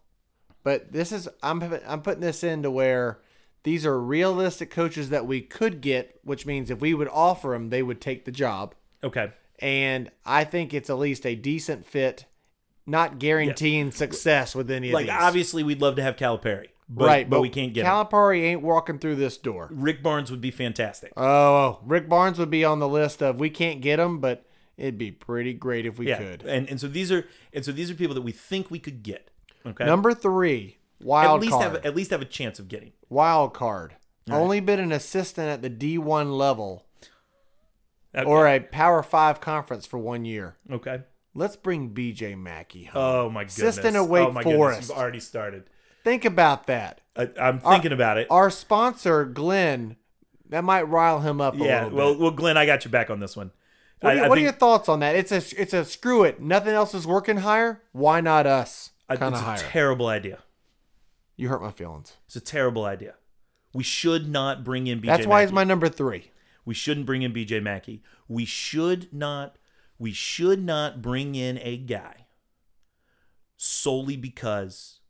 but this is I'm I'm putting this into where these are realistic coaches that we could get, which means if we would offer them, they would take the job.
Okay.
And I think it's at least a decent fit, not guaranteeing success with any
Like
of these.
obviously, we'd love to have Calipari, but,
right,
But, we can't get him.
Calipari ain't walking through this door.
Rick Barnes would be fantastic.
Oh, Rick Barnes would be on the list of we can't get him, but it'd be pretty great if we
yeah.
could.
And and so these are and so these are people that we think we could get. Okay.
Number three,
at
wild
least
card.
have at least have a chance of getting.
wild card. Only been an assistant at the D1 level
Okay.
or a Power 5 conference for one year.
okay.
Let's bring BJ Mackey home.
Oh my goodness.
Assistant at Wake
oh my
Forest.
Goodness. You've already started.
Think about that.
I, I'm thinking about it.
Our sponsor, Glenn, that might rile him up a
yeah.
little
Well,
bit.
well, Glenn, I got your back on this one.
What, are,
I,
you-
I
what are
think
your thoughts on that? It's a it's a screw it. Nothing else is working higher. Why not us?
I-
Kinda
Uh, it's a
higher.
terrible idea.
You hurt my feelings.
It's a terrible idea. We should not bring in BJ.
That's why
Mackey.
it's my number three.
We shouldn't bring in BJ Mackey. We should not we should not bring in a guy solely because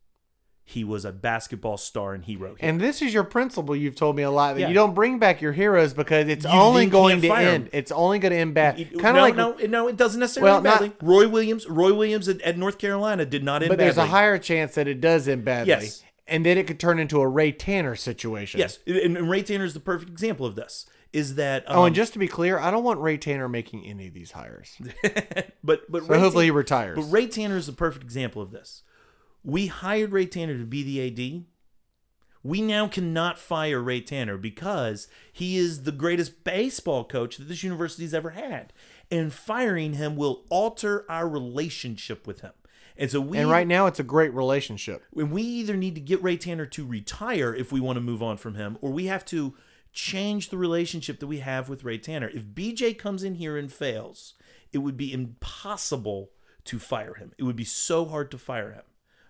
he was a basketball star and hero. here.
And this is your principle you've told me a lot that
Yeah.
you don't bring back your heroes because it's
You
only
then
going
can't
to
fire 'em.
end. It's only going to end bad.
It-
Kind of
no,
like
no, no, it doesn't necessarily
Well,
end badly.
not-
Roy Williams, Roy Williams at, at North Carolina did not end
but there's a
badly.
higher chance that it does end badly.
Yes.
And then it could turn into a Ray Tanner situation.
Yes, and, and Ray Tanner is the perfect example of this. Is that um,
Oh, and just to be clear, I don't want Ray Tanner making any of these hires.
[LAUGHS] but but
So
Ray
hopefully he
Tan-
retires.
but Ray Tanner is the perfect example of this. We hired Ray Tanner to be the AD. We now cannot fire Ray Tanner because he is the greatest baseball coach that this university's ever had, and firing him will alter our relationship with him. And so we
and right now, it's a great relationship.
and we either need to get Ray Tanner to retire if we want to move on from him, or we have to change the relationship that we have with Ray Tanner. If BJ comes in here and fails, it would be impossible to fire him. It would be so hard to fire him.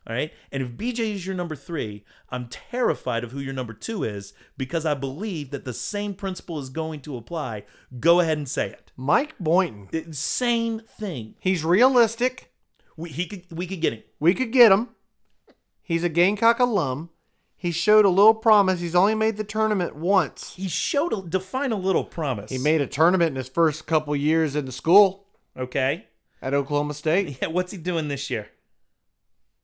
All right. And if BJ is your number three, I'm terrified of who your number two is because I believe that the same principle is going to apply. Go ahead and say it.
Mike Boynton,
It- same thing.
he's realistic.
We he could we could get him.
We could get him. He's a Gamecock alum. He showed a little promise. He's only made the tournament once.
He showed a define a little promise.
He made a tournament in his first couple years in the school
okay.
at Oklahoma State.
[LAUGHS] Yeah, what's he doing this year?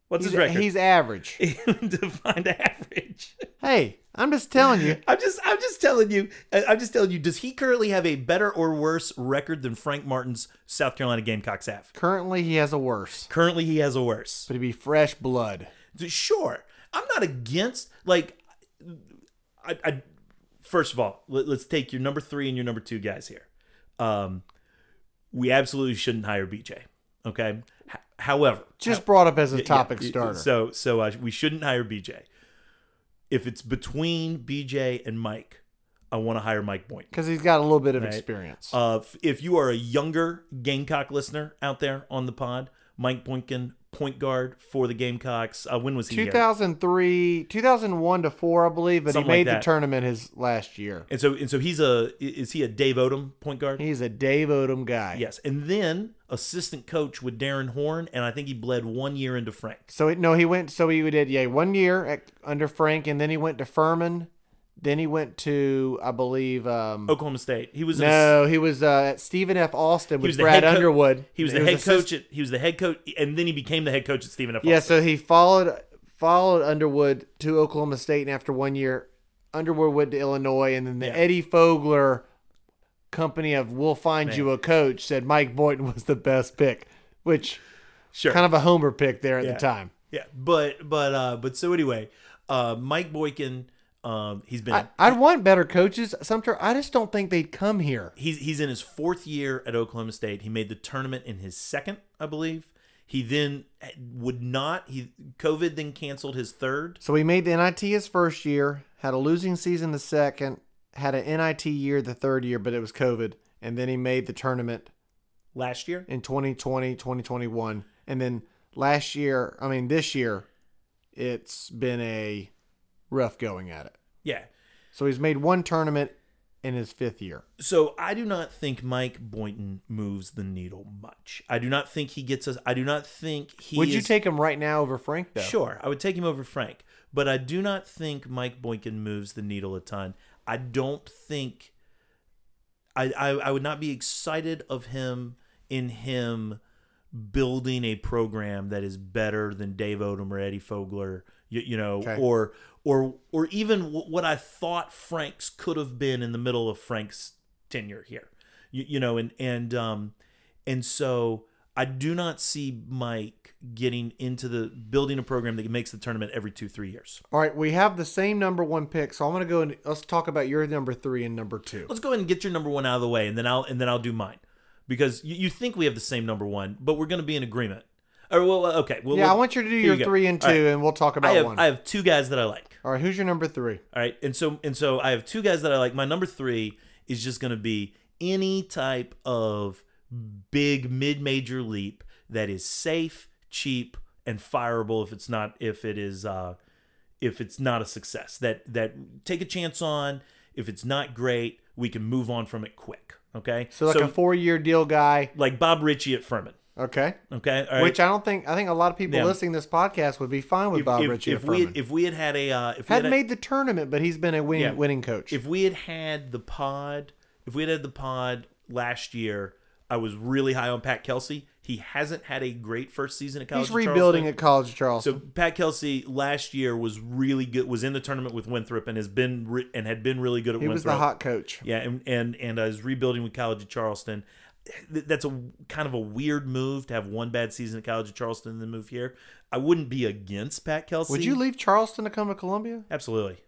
What's
he's,
his record? [LAUGHS]
he's average.
defined average.
hey, I'm just telling you.
I'm just, I'm just telling you, I- I'm just telling you. Does he currently have a better or worse record than Frank Martin's South Carolina Gamecocks have?
Currently, he has a worse,
Currently, he has a worse.
but it'd be fresh blood.
Sure, I'm not against. Like, I, I first of all, let, us take your number three and your number two guys here. Um, we absolutely shouldn't hire BJ. Okay. H- however,
Just brought up as a
Uh, Yeah,
topic
yeah,
starter.
So so uh, we shouldn't hire BJ. If it's between BJ and Mike, I want to hire Mike Boynton.
because he's got a little bit of
Right.
experience.
Uh, f- if you are a younger Gamecock listener out there on the pod, Mike Boynton, point guard for the Gamecocks. Uh, when was he? here?
2003, 2001 to 4, I believe, but
Something
he
like
made
that.
the tournament his last year.
And so and so he's a i- is he a Dave Odom point guard?
He's a Dave Odom guy.
Yes. And then assistant coach with Darren Horn, and I think he bled one year into Frank.
So it, no, he went. So he did yeah one year at, under Frank, and then he went to Furman. Then he went to I believe. Um,
Oklahoma State. He was an ass-
no, he was uh, at Stephen F. Austin
he was
with
the
Brad
head co-
Underwood.
He was the head
assist-
coach at he was the head coach and then he became the head coach at Stephen F.
Yeah,
Austin.
so he followed followed Underwood to Oklahoma State, and after one year, Underwood went to Illinois, and then the
Yeah.
Eddie Fogler company of "We'll Find You a Coach" said Mike Boynton was the best pick, which
Sure.
kind of a homer pick there at
Yeah.
the time.
yeah. But but uh but so anyway, uh Mike Boykin, um he's been
I, I'd want better coaches. Sumter, I just don't think they'd come here.
he's he's in his fourth year at Oklahoma State. He made the tournament in his second, I believe. He then eh, would not he COVID then canceled his third.
So he made the NIT his first year, had a losing season the second, had an NIT year the third year, but it was COVID, and then he made the tournament
Last year,
in 2020, 2021. And then last year, I mean, this year, it's been a rough going at it.
yeah.
So he's made one tournament in his fifth year.
So I do not think Mike Boynton moves the needle much. I do not think he gets us. I do not think he.
Would you
is-
take him right now over Frank, though?
Sure, I would take him over Frank, but I do not think Mike Boykin moves the needle a ton. I don't think I I, I would not be excited of him in him building a program that is better than Dave Odom or Eddie Fogler, you, you know,
Okay.
or or or even wh- what I thought Frank's could have been in the middle of Frank's tenure here, you, you know, and and um and so I do not see Mike getting into the building a program that makes the tournament every two three years.
All right, we have the same number one pick, so I'm going to go and let's talk about your number three and number two.
Let's go ahead and get your number one out of the way, and then I'll and then I'll do mine because you, you think we have the same number one, but we're going to be in agreement. Or well, uh, okay. Well,
Yeah, I
we'll-
want you to do
here
your
you go.
three and two,
All right.
and we'll talk
I
about
have
one.
I have two guys that I like.
All right, who's your number three?
All right, and so and so I have two guys that I like. My number three is just going to be any type of big mid-major leap that is safe, cheap, and fireable if it's not if it is uh, if it's not a success. That that take a chance on. If it's not great, we can move on from it quick. Okay.
So like a four-year deal guy.
like Bob Ritchie at Furman.
Okay.
Okay. All right.
Which I don't think I think a lot of people
Yeah.
listening to this podcast would be fine with Bob
if,
Ritchie.
if
at
we
Furman.
if we had had a uh, if we
had
had a-
made the tournament, but he's been a win,
Yeah.
winning coach.
if we had had the pod, if we had had the pod last year, I was really high on Pat Kelsey. He hasn't had a great first season at college.
he's
of Charleston.
rebuilding at College of Charleston.
So Pat Kelsey last year was really good. Was in the tournament with Winthrop and has been re- and had been really good at
he was
Winthrop.
the hot coach.
Yeah, and and and I was rebuilding with College of Charleston. Th- That's a kind of a weird move to have one bad season at College of Charleston and then move here. I wouldn't be against Pat Kelsey.
Would you leave Charleston to come to Columbia?
Absolutely.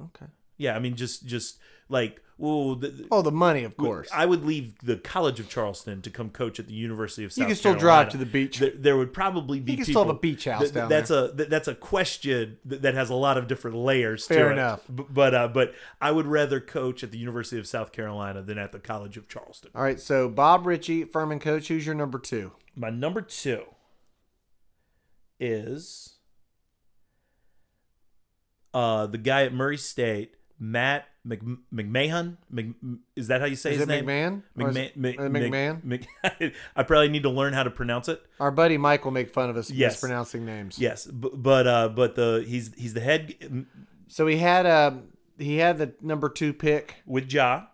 Okay.
Yeah, I mean, just just like well, the, the-
Oh, the money, of course.
I would leave the College of Charleston to come coach at the University of South.
You can still
Carolina.
drive to the beach.
There, there would probably be
You can still
people,
have a beach house
th- th-
down
that's a th- that's a question th- that has a lot of different layers.
Fair
to
enough.
It. B- But uh, but I would rather coach at the University of South Carolina than at the College of Charleston.
All right. So Bob Ritchie, Furman coach. Who's your number two?
My number two is uh, the guy at Murray State, Matt Mc, McMahon. Mc, is that how you say
Is
his
it
name?
McMahon? Or is
McMahon.
it-
Mc-
uh,
Mc-
McMahon?
Mc- [LAUGHS] I probably need to learn how to pronounce it.
Our buddy Mike will make fun of us
Yes.
mispronouncing names.
Yes, b- but uh, but the he's he's the head g-
So he had um he had the number two pick
with Ja.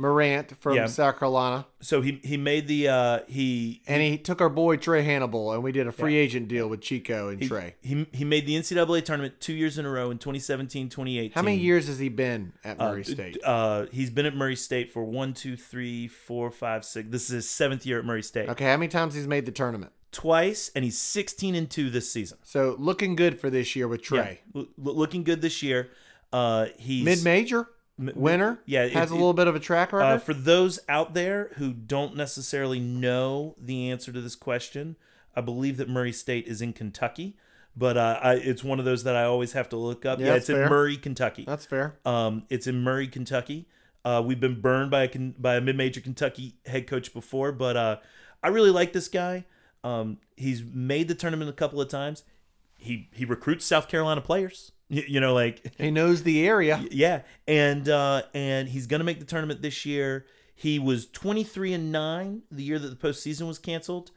Morant from
Yeah.
South Carolina,
So he he made the uh, he
and he took our boy Trey Hannibal, and we did a free agent deal with Chico and Trey.
he he made the NCAA tournament two years in a row in 2017, 2018.
How many years has he been at Murray
Uh,
State?
Uh, he's been at Murray State for one, two, three, four, five, six. This is his seventh year at Murray State.
Okay, how many times he's made the tournament?
Twice, and he's 16 and two this season.
So looking good for this year with Trey.
Yeah, L- looking good this year. Uh, he's
Mid major,
m-
winner.
yeah, it-
has a
it-
little bit of a track record.
Uh, for those out there who don't necessarily know the answer to this question, I believe that Murray State is in Kentucky, but uh, I, it's one of those that I always have to look up.
Yeah,
Yeah,
that's
it's
fair.
in Murray, Kentucky.
That's fair.
Um, it's in Murray, Kentucky. Uh, we've been burned by a Ken- by a mid major Kentucky head coach before, but uh, I really like this guy. Um, he's made the tournament a couple of times. He he recruits South Carolina players. Y- you know, like
He knows the area.
yeah, and uh, and he's gonna make the tournament this year. He was twenty three and nine the year that the postseason was canceled.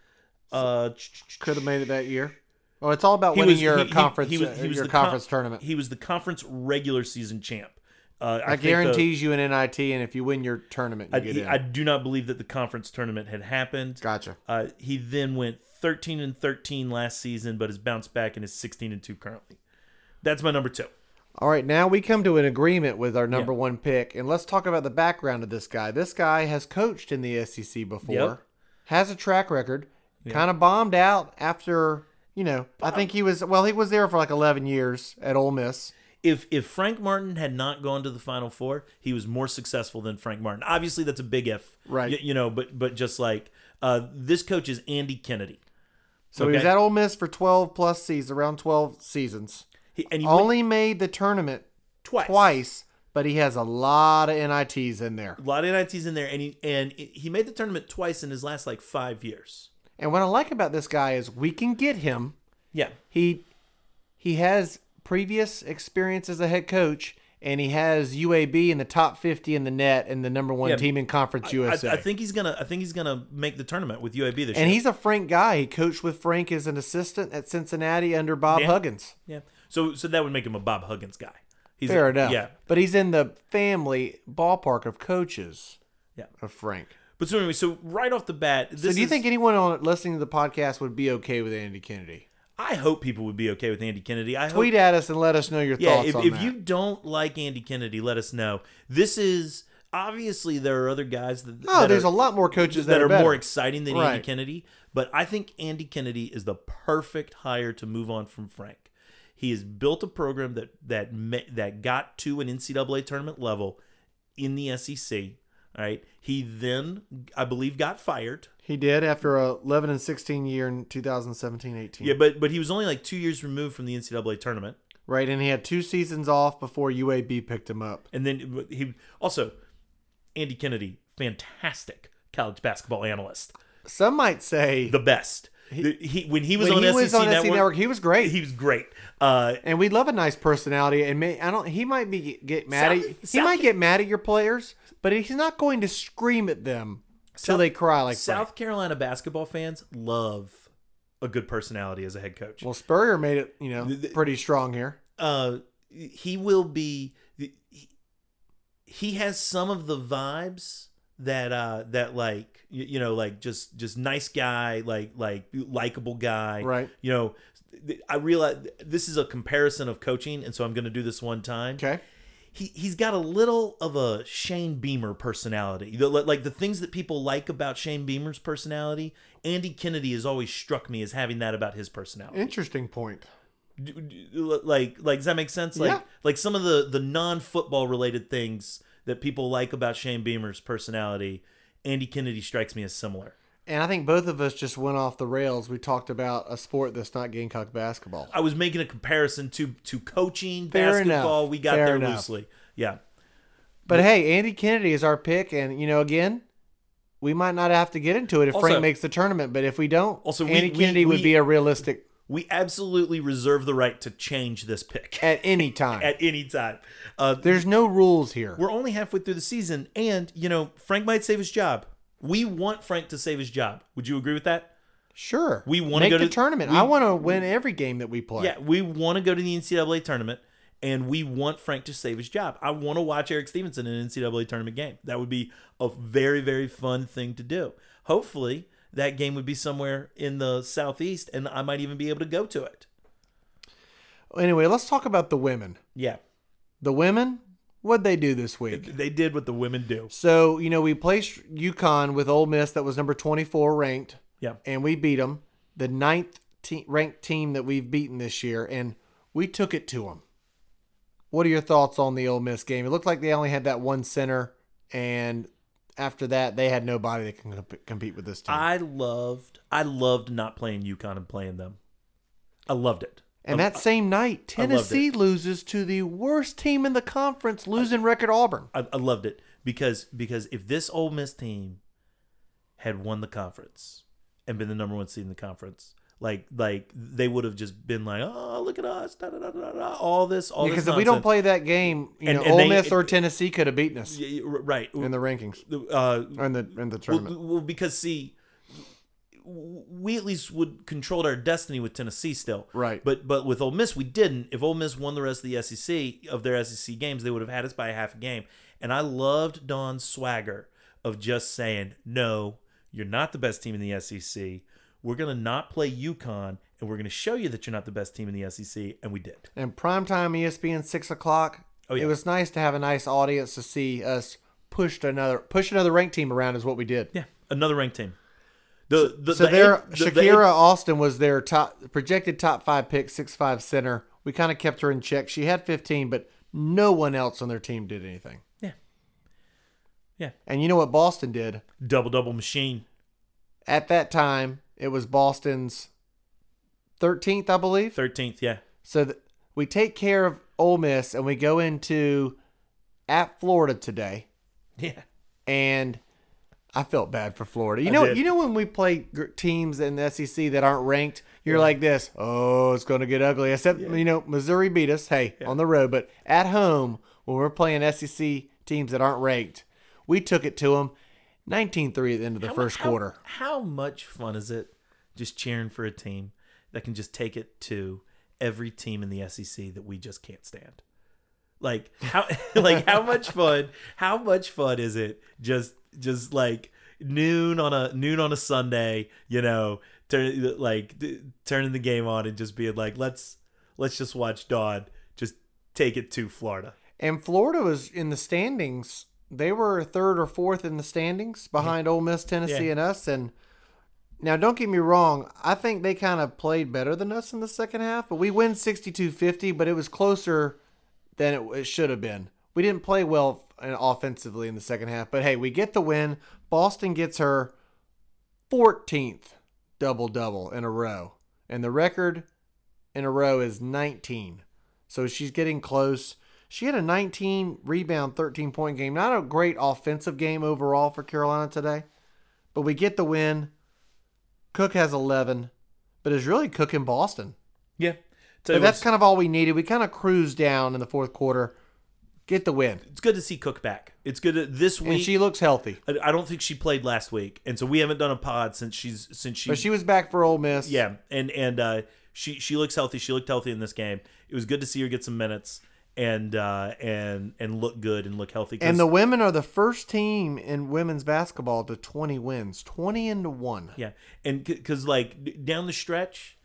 Uh,
Could have made it that year. Oh, it's all about
he
winning
was-
your
he- he-
conference.
he was-
uh,
he was
your
the con-
conference tournament.
He was the conference regular season champ. Uh,
I,
think the-
guarantees you an NIT, and if you win your tournament, you
I,
get
he-
in.
I do not believe that the conference tournament had happened.
gotcha.
Uh, he then went 13 and 13 last season, but has bounced back and is 16 and 2 currently. That's my number two.
All right, now we come to an agreement with our number one pick, and let's talk about the background of this guy. This guy has coached in the SEC before,
Yep.
has a track record, kind of bombed out after, you know, I think he was, well, he was there for like 11 years at Ole Miss.
If if Frank Martin had not gone to the Final Four, he was more successful than Frank Martin. Obviously, that's a big if,
Right.
Y- you know, but but just like uh, this coach is Andy Kennedy,
So he was
Okay.
at Ole Miss for 12 plus seasons, around 12 seasons.
he, and he went
Only made the tournament
twice.
twice, but he has a lot of NITs in there.
A lot of NITs in there, and he and he made the tournament twice in his last like five years.
And what I like about this guy is we can get him
Yeah,
he he has previous experience as a head coach and he has UAB in the top 50 in the net and the number 1
Yeah,
team in conference
I,
USA.
I think he's gonna. I think he's gonna make the tournament with UAB this year.
and he's a Frank guy. He coached with Frank as an assistant at Cincinnati under Bob
Yeah.
Huggins.
Yeah. So so that would make him a Bob Huggins guy. He's
Fair
a,
enough.
Yeah.
But he's in the family ballpark of coaches
Yeah.
of Frank.
But so anyway, so right off the bat, this
So do you
is-
think anyone on listening to the podcast would be okay with Andy Kennedy?
I hope people would be okay with Andy Kennedy. I
Tweet
hope
at us and let us know your
Yeah,
thoughts
if,
on
if
that.
you don't like Andy Kennedy, let us know. This is obviously there are other guys that
oh,
that
there's
are,
a lot more coaches that,
that are
better.
more exciting than
Right.
Andy Kennedy, but I think Andy Kennedy is the perfect hire to move on from Frank. He has built a program that that me, that got to an NCAA tournament level in the SEC. All right, he then I believe got fired.
He did after a 11 and 16 year in 2017-18.
Yeah, but but he was only like two years removed from the NCAA tournament,
Right, and he had two seasons off before UAB picked him up.
and then he also Andy Kennedy, fantastic college basketball analyst,
Some might say
the best. He, when he was
When
on
he
SEC
was on SC
Network,
Network, he was great.
he was great. Uh,
and we love a nice personality. And may, I don't. He might be get mad
South-
at. He
South-
might get mad at your players, but he's not going to scream at them till they cry like Frank.
South Carolina basketball fans love a good personality as a head coach.
Well, Spurrier made it. You know,
Th- th-
pretty strong here.
Uh, he will be. He, he has some of the vibes that uh that like you, you know like just just nice guy like like likable guy
Right.
you know i realize this is a comparison of coaching and so i'm gonna do this one time
Okay.
he he's got a little of a Shane Beamer personality. The, like like the things that people like about Shane Beamer's personality, Andy Kennedy has always struck me as having that about his personality.
Interesting point.
Do- do- Like like does that make sense? Like
Yeah.
like some of the the non football related things that people like about Shane Beamer's personality, Andy Kennedy strikes me as similar.
And I think both of us just went off the rails. We talked about a sport that's not Gamecock basketball.
I was making a comparison to to coaching
Fair enough.
basketball. We got
Fair
there
enough.
loosely. Yeah.
But hey, Andy Kennedy is our pick, and you know, again, we might not have to get into it if
Also-
Frank makes the tournament. But if we don't,
Also, we-
Andy
we-
Kennedy would
we-
be a realistic
We absolutely reserve the right to change this pick.
at any time.
[LAUGHS] at any time. Uh,
There's no rules here.
we're only halfway through the season, and you know Frank might save his job. We want Frank to save his job. Would you agree with that?
Sure,
We wanna
make
go
the
to-
tournament.
we-
I want to win every game that we play.
Yeah, we want to go to the NCAA tournament, and we want Frank to save his job. I want to watch Eric Stevenson in an NCAA tournament game. That would be a very very fun thing to do. Hopefully, that game would be somewhere in the southeast, and I might even be able to go to it.
Anyway, let's talk about the women.
Yeah,
The women, what'd they do this week?
they did what the women do.
So you know, we placed UConn with Ole Miss, that was number 24 ranked.
Yeah,
and we beat them, the ninth te- ranked team that we've beaten this year, and we took it to them. What are your thoughts on the Ole Miss game? It looked like they only had that one center, and after that, they had nobody that can comp- compete with this team.
I loved I loved not playing UConn and playing them. I loved it.
and that same night,
loved
Tennessee loses to the worst team in the conference, losing record Auburn.
I, I loved it because because if this Ole Miss team had won the conference and been the number one seed in the conference, like like they would have just been like, oh look at us, da, da, da, da, da, all this, all
Because
this
if we don't
nonsense."
play that game, you
And-
know,
and
Ole
they-
Miss or Tennessee could have beaten us
Yeah, yeah, r- right,
in the rankings
uh,
or in the in the
well,
tournament.
well, because see, we at least would controlled our destiny with Tennessee still,
Right.
But but with Ole Miss, we didn't. If Ole Miss won the rest of the SEC of their SEC games, they would have had us by a half a game. And I loved Don's swagger of just saying, "No, you're not the best team in the SEC. We're gonna not play UConn, and we're gonna show you that you're not the best team in the SEC." And we did.
and primetime E ESPN six o'clock.
Oh, yeah.
It was nice to have a nice audience to see us push another push another ranked team around is what we did.
Yeah, another ranked team. The, the,
So
the
their
eight- the-
Shakira
the eight-
Austin was their top projected top five pick, six five center. We kind of kept her in check. She had fifteen, but no one else on their team did anything.
Yeah. Yeah.
And you know what Boston did?
double double machine.
At that time, it was Boston's thirteenth, I believe.
Thirteenth, yeah.
So th- we take care of Ole Miss, and we go into at Florida today.
Yeah.
and I felt bad for Florida. You
I
know,
did.
you know when we play gr- teams in the SEC that aren't ranked, you're like this. Oh, it's going to get ugly. Except you know, Missouri beat us. Hey, on the road, but at home when we're playing SEC teams that aren't ranked, we took it to them, 19-3 at the end of the
How-
first
how-
quarter.
How much fun is it just cheering for a team that can just take it to every team in the SEC that we just can't stand? Like
[LAUGHS]
how [LAUGHS] like how much fun how much fun is it just just like noon on a noon on a Sunday, you know, turn like d- turning the game on and just being like let's let's just watch Dodd just take it to Florida.
And Florida was in the standings. They were third or fourth in the standings behind Ole Miss, Tennessee,
Yeah.
and us. And now, don't get me wrong, I think they kind of played better than us in the second half, but we win 62 50, but it was closer than it, it should have been. We didn't play well uh, offensively in the second half, but hey, we get the win. Boston gets her 14th double double in a row. And the record in a row is 19. So she's getting close. She had a 19 rebound, 13 point game. Not a great offensive game overall for Carolina today, but we get the win. Cook has 11. but is really cooking Boston.
Yeah. Tell
But
you what,
that's kind of all we needed. We kind of cruised down in the fourth quarter, get the win,
it's good to see Cook back. It's good to, this
and
week.
she looks healthy.
I I don't think she played last week, and so we haven't done a pod since she's since she.
But she was back for Ole Miss.
yeah, and and uh, she she looks healthy. She looked healthy in this game. It was good to see her get some minutes and uh, and and look good and look healthy. 'cause-
And the women are the first team in women's basketball to 20 wins, 20 and to 1.
yeah, and because like d- down the stretch,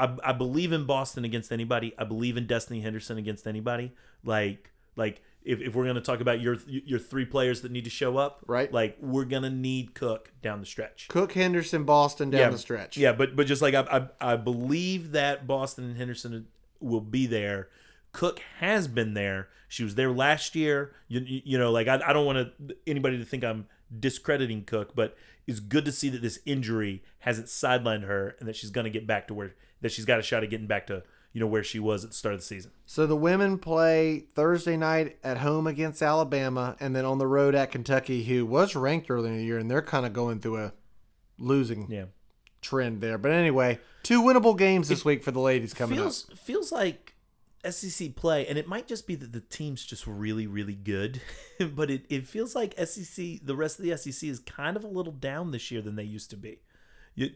I, I believe in Boston against anybody. I believe in Destiny Henderson against anybody. Like like if, if we're gonna talk about your your three players that need to show up,
Right.
Like we're gonna need Cook down the stretch.
Cook, Henderson, Boston down the stretch.
Yeah, but but just like I, I I believe that Boston and Henderson will be there. Cook has been there. She was there last year. You you, you know like I, I don't want to anybody to think I'm discrediting Cook, but it's good to see that this injury hasn't sidelined her and that she's going to get back to where that she's got a shot at getting back to you know where she was at the start of the season.
So the women play Thursday night at home against Alabama and then on the road at Kentucky, who was ranked earlier in the year, and they're kind of going through a losing
Yeah.
trend there. But anyway, two winnable games this week for the ladies coming up.
feels feels like SEC play, and it might just be that the team's just really, really good. [LAUGHS] but it, it feels like SEC, the rest of the SEC is kind of a little down this year than they used to be. You,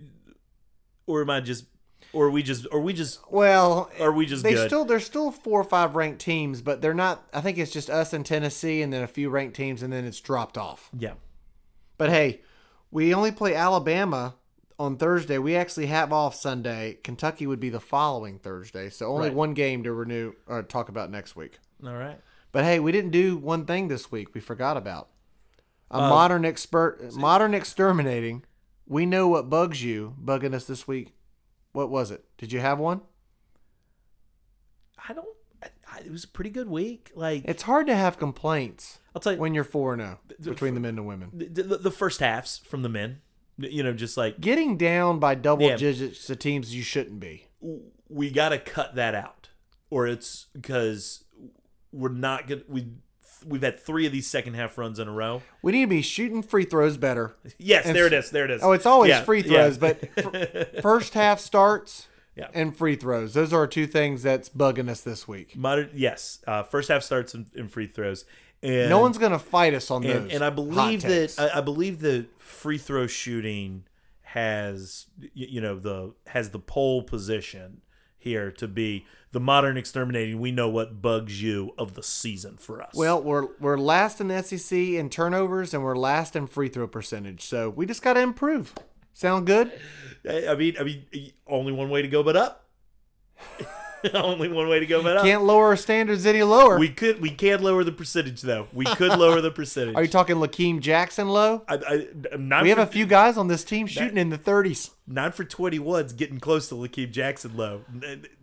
or am I just, or are we just, or we just,
Well,
or we just
they
good?
still there's still four or five ranked teams, but they're not. I think it's just us and Tennessee, and then a few ranked teams, and then it's dropped off.
yeah,
But hey, we only play Alabama on Thursday. We actually have off Sunday. Kentucky would be the following Thursday, so only
Right.
one game to renew or talk about next week.
all right.
But hey, we didn't do one thing this week. We forgot about a modern expert, modern exterminating. We know what bugs you bugging us this week. What was it? Did you have one?
I don't. I, I, it was a pretty good week. Like
It's hard to have complaints
I'll tell you,
when you're four and zero between the men and women.
the, the, the first halves from the men, you know, just like
Getting down by double
Yeah.
digits to teams you shouldn't be.
we got to cut that out or it's because we're not gonna we we've had three of these second half runs in a row
We need to be shooting free throws better.
yes
And
there
f-
it is there it is
Oh, it's always
Yeah,
free
yeah. [LAUGHS]
throws, but fir- first half starts
Yeah.
and free throws. Those are two things that's bugging us this week.
modern yes uh first half starts in, in free throws and
no one's going to fight us on
and,
those.
and i
hot
believe that uh,
takes.
I, I believe the free throw shooting has y- you know the has the pole position here to be the modern exterminating we know what bugs you of the season for us
well, we're we're last in the SEC in turnovers, and we're last in free throw percentage. So we just got to improve. Sound good?
Eh, I I mean, I mean, only one way to go but up. [LAUGHS] only one way to go but up.
Can't lower our standards any lower.
Uh, we could, we can lower the percentage though. We
[LAUGHS]
could lower the percentage.
are you talking Lakeem Jackson low?
I, I, I'm nine
We have
for,
a few guys on this team shooting in the 30s.
nine for twenty one's getting close to Lakeem Jackson low.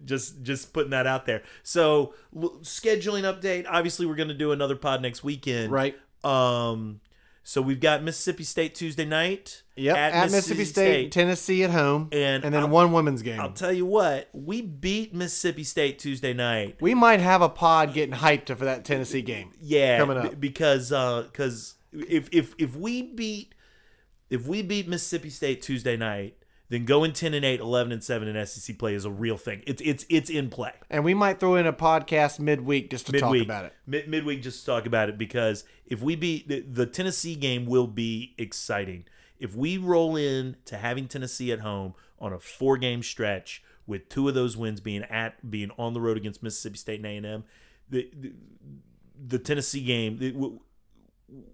Just, just putting that out there. So l- scheduling update. Obviously, we're going to do another pod next weekend,
Right.
Um, so we've got Mississippi State Tuesday night.
Yep. At, Mississippi, State, Tennessee at home,
And
then
I'll-
one women's game.
I'll tell you what, we beat Mississippi State Tuesday night.
we might have a pod getting hyped for that Tennessee game.
Yeah,
coming
b-
up.
because because if if if we beat if we beat Mississippi State Tuesday night, then going ten and 8, 11 and seven in SEC play is a real thing. It's it's it's in play
And we might throw in a podcast midweek just to
midweek.
talk about it.
Mid- midweek, just to talk about it because if we beat the, the Tennessee game, will be exciting. If we roll in to having Tennessee at home on a four game stretch with two of those wins being at being on the road against Mississippi State and A and M, the, the the Tennessee game. It, w-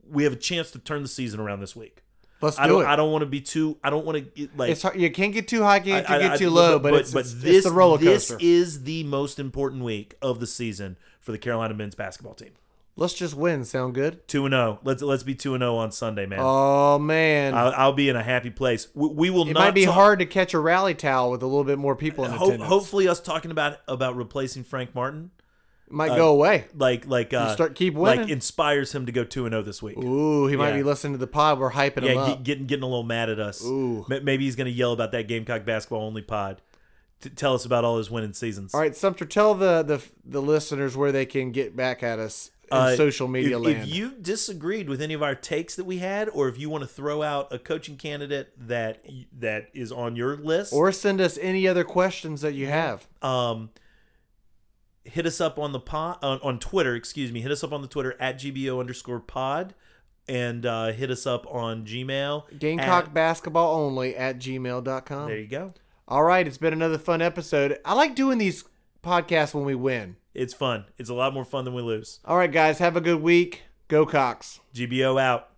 we have a chance to turn the season around this week.
Let's do
I don't.
it.
I don't want to be too. I don't want to like.
it's hard, you can't get too high, you can't
I-
get
I-
too
I-
low, but, it's, it's, it's the roller coaster.
This is the most important week of the season for the Carolina men's basketball team.
Let's just win. Sound good?
Two and zero. Let's let's be two and zero on Sunday, man.
Oh man,
I'll, I'll be in a happy place. We, we will
it
not.
might be
talk-
hard to catch a rally towel with a little bit more people in
ho-
attendance.
hopefully, us talking about about replacing Frank Martin,
It
uh,
might go away.
like like uh,
start- keep
like
winning.
inspires him to go two and zero this week.
Ooh, he might
Yeah.
be listening to the pod. We're hyping him
yeah,
up.
get, getting getting a little mad at us.
Ooh.
Ma- Maybe he's gonna yell about that Gamecock basketball only pod. to tell us about all his winning seasons.
All right, Sumter, tell the, the the listeners where they can get back at us
Uh,
social media
if,
land.
if you disagreed with any of our takes that we had, or if you want to throw out a coaching candidate that that is on your list,
or send us any other questions that you have.
um, hit us up on the pod on, on Twitter. Excuse me, hit us up on the Twitter at gbo underscore pod, and uh, hit us up on Gmail.
Gamecock
at-
basketball only at gmail.com.
there you go.
All right, it's been another fun episode. I like doing these podcasts when we win.
It's fun. It's a lot more fun than we lose.
All right, guys, have a good week. Go Cox.
GBO out.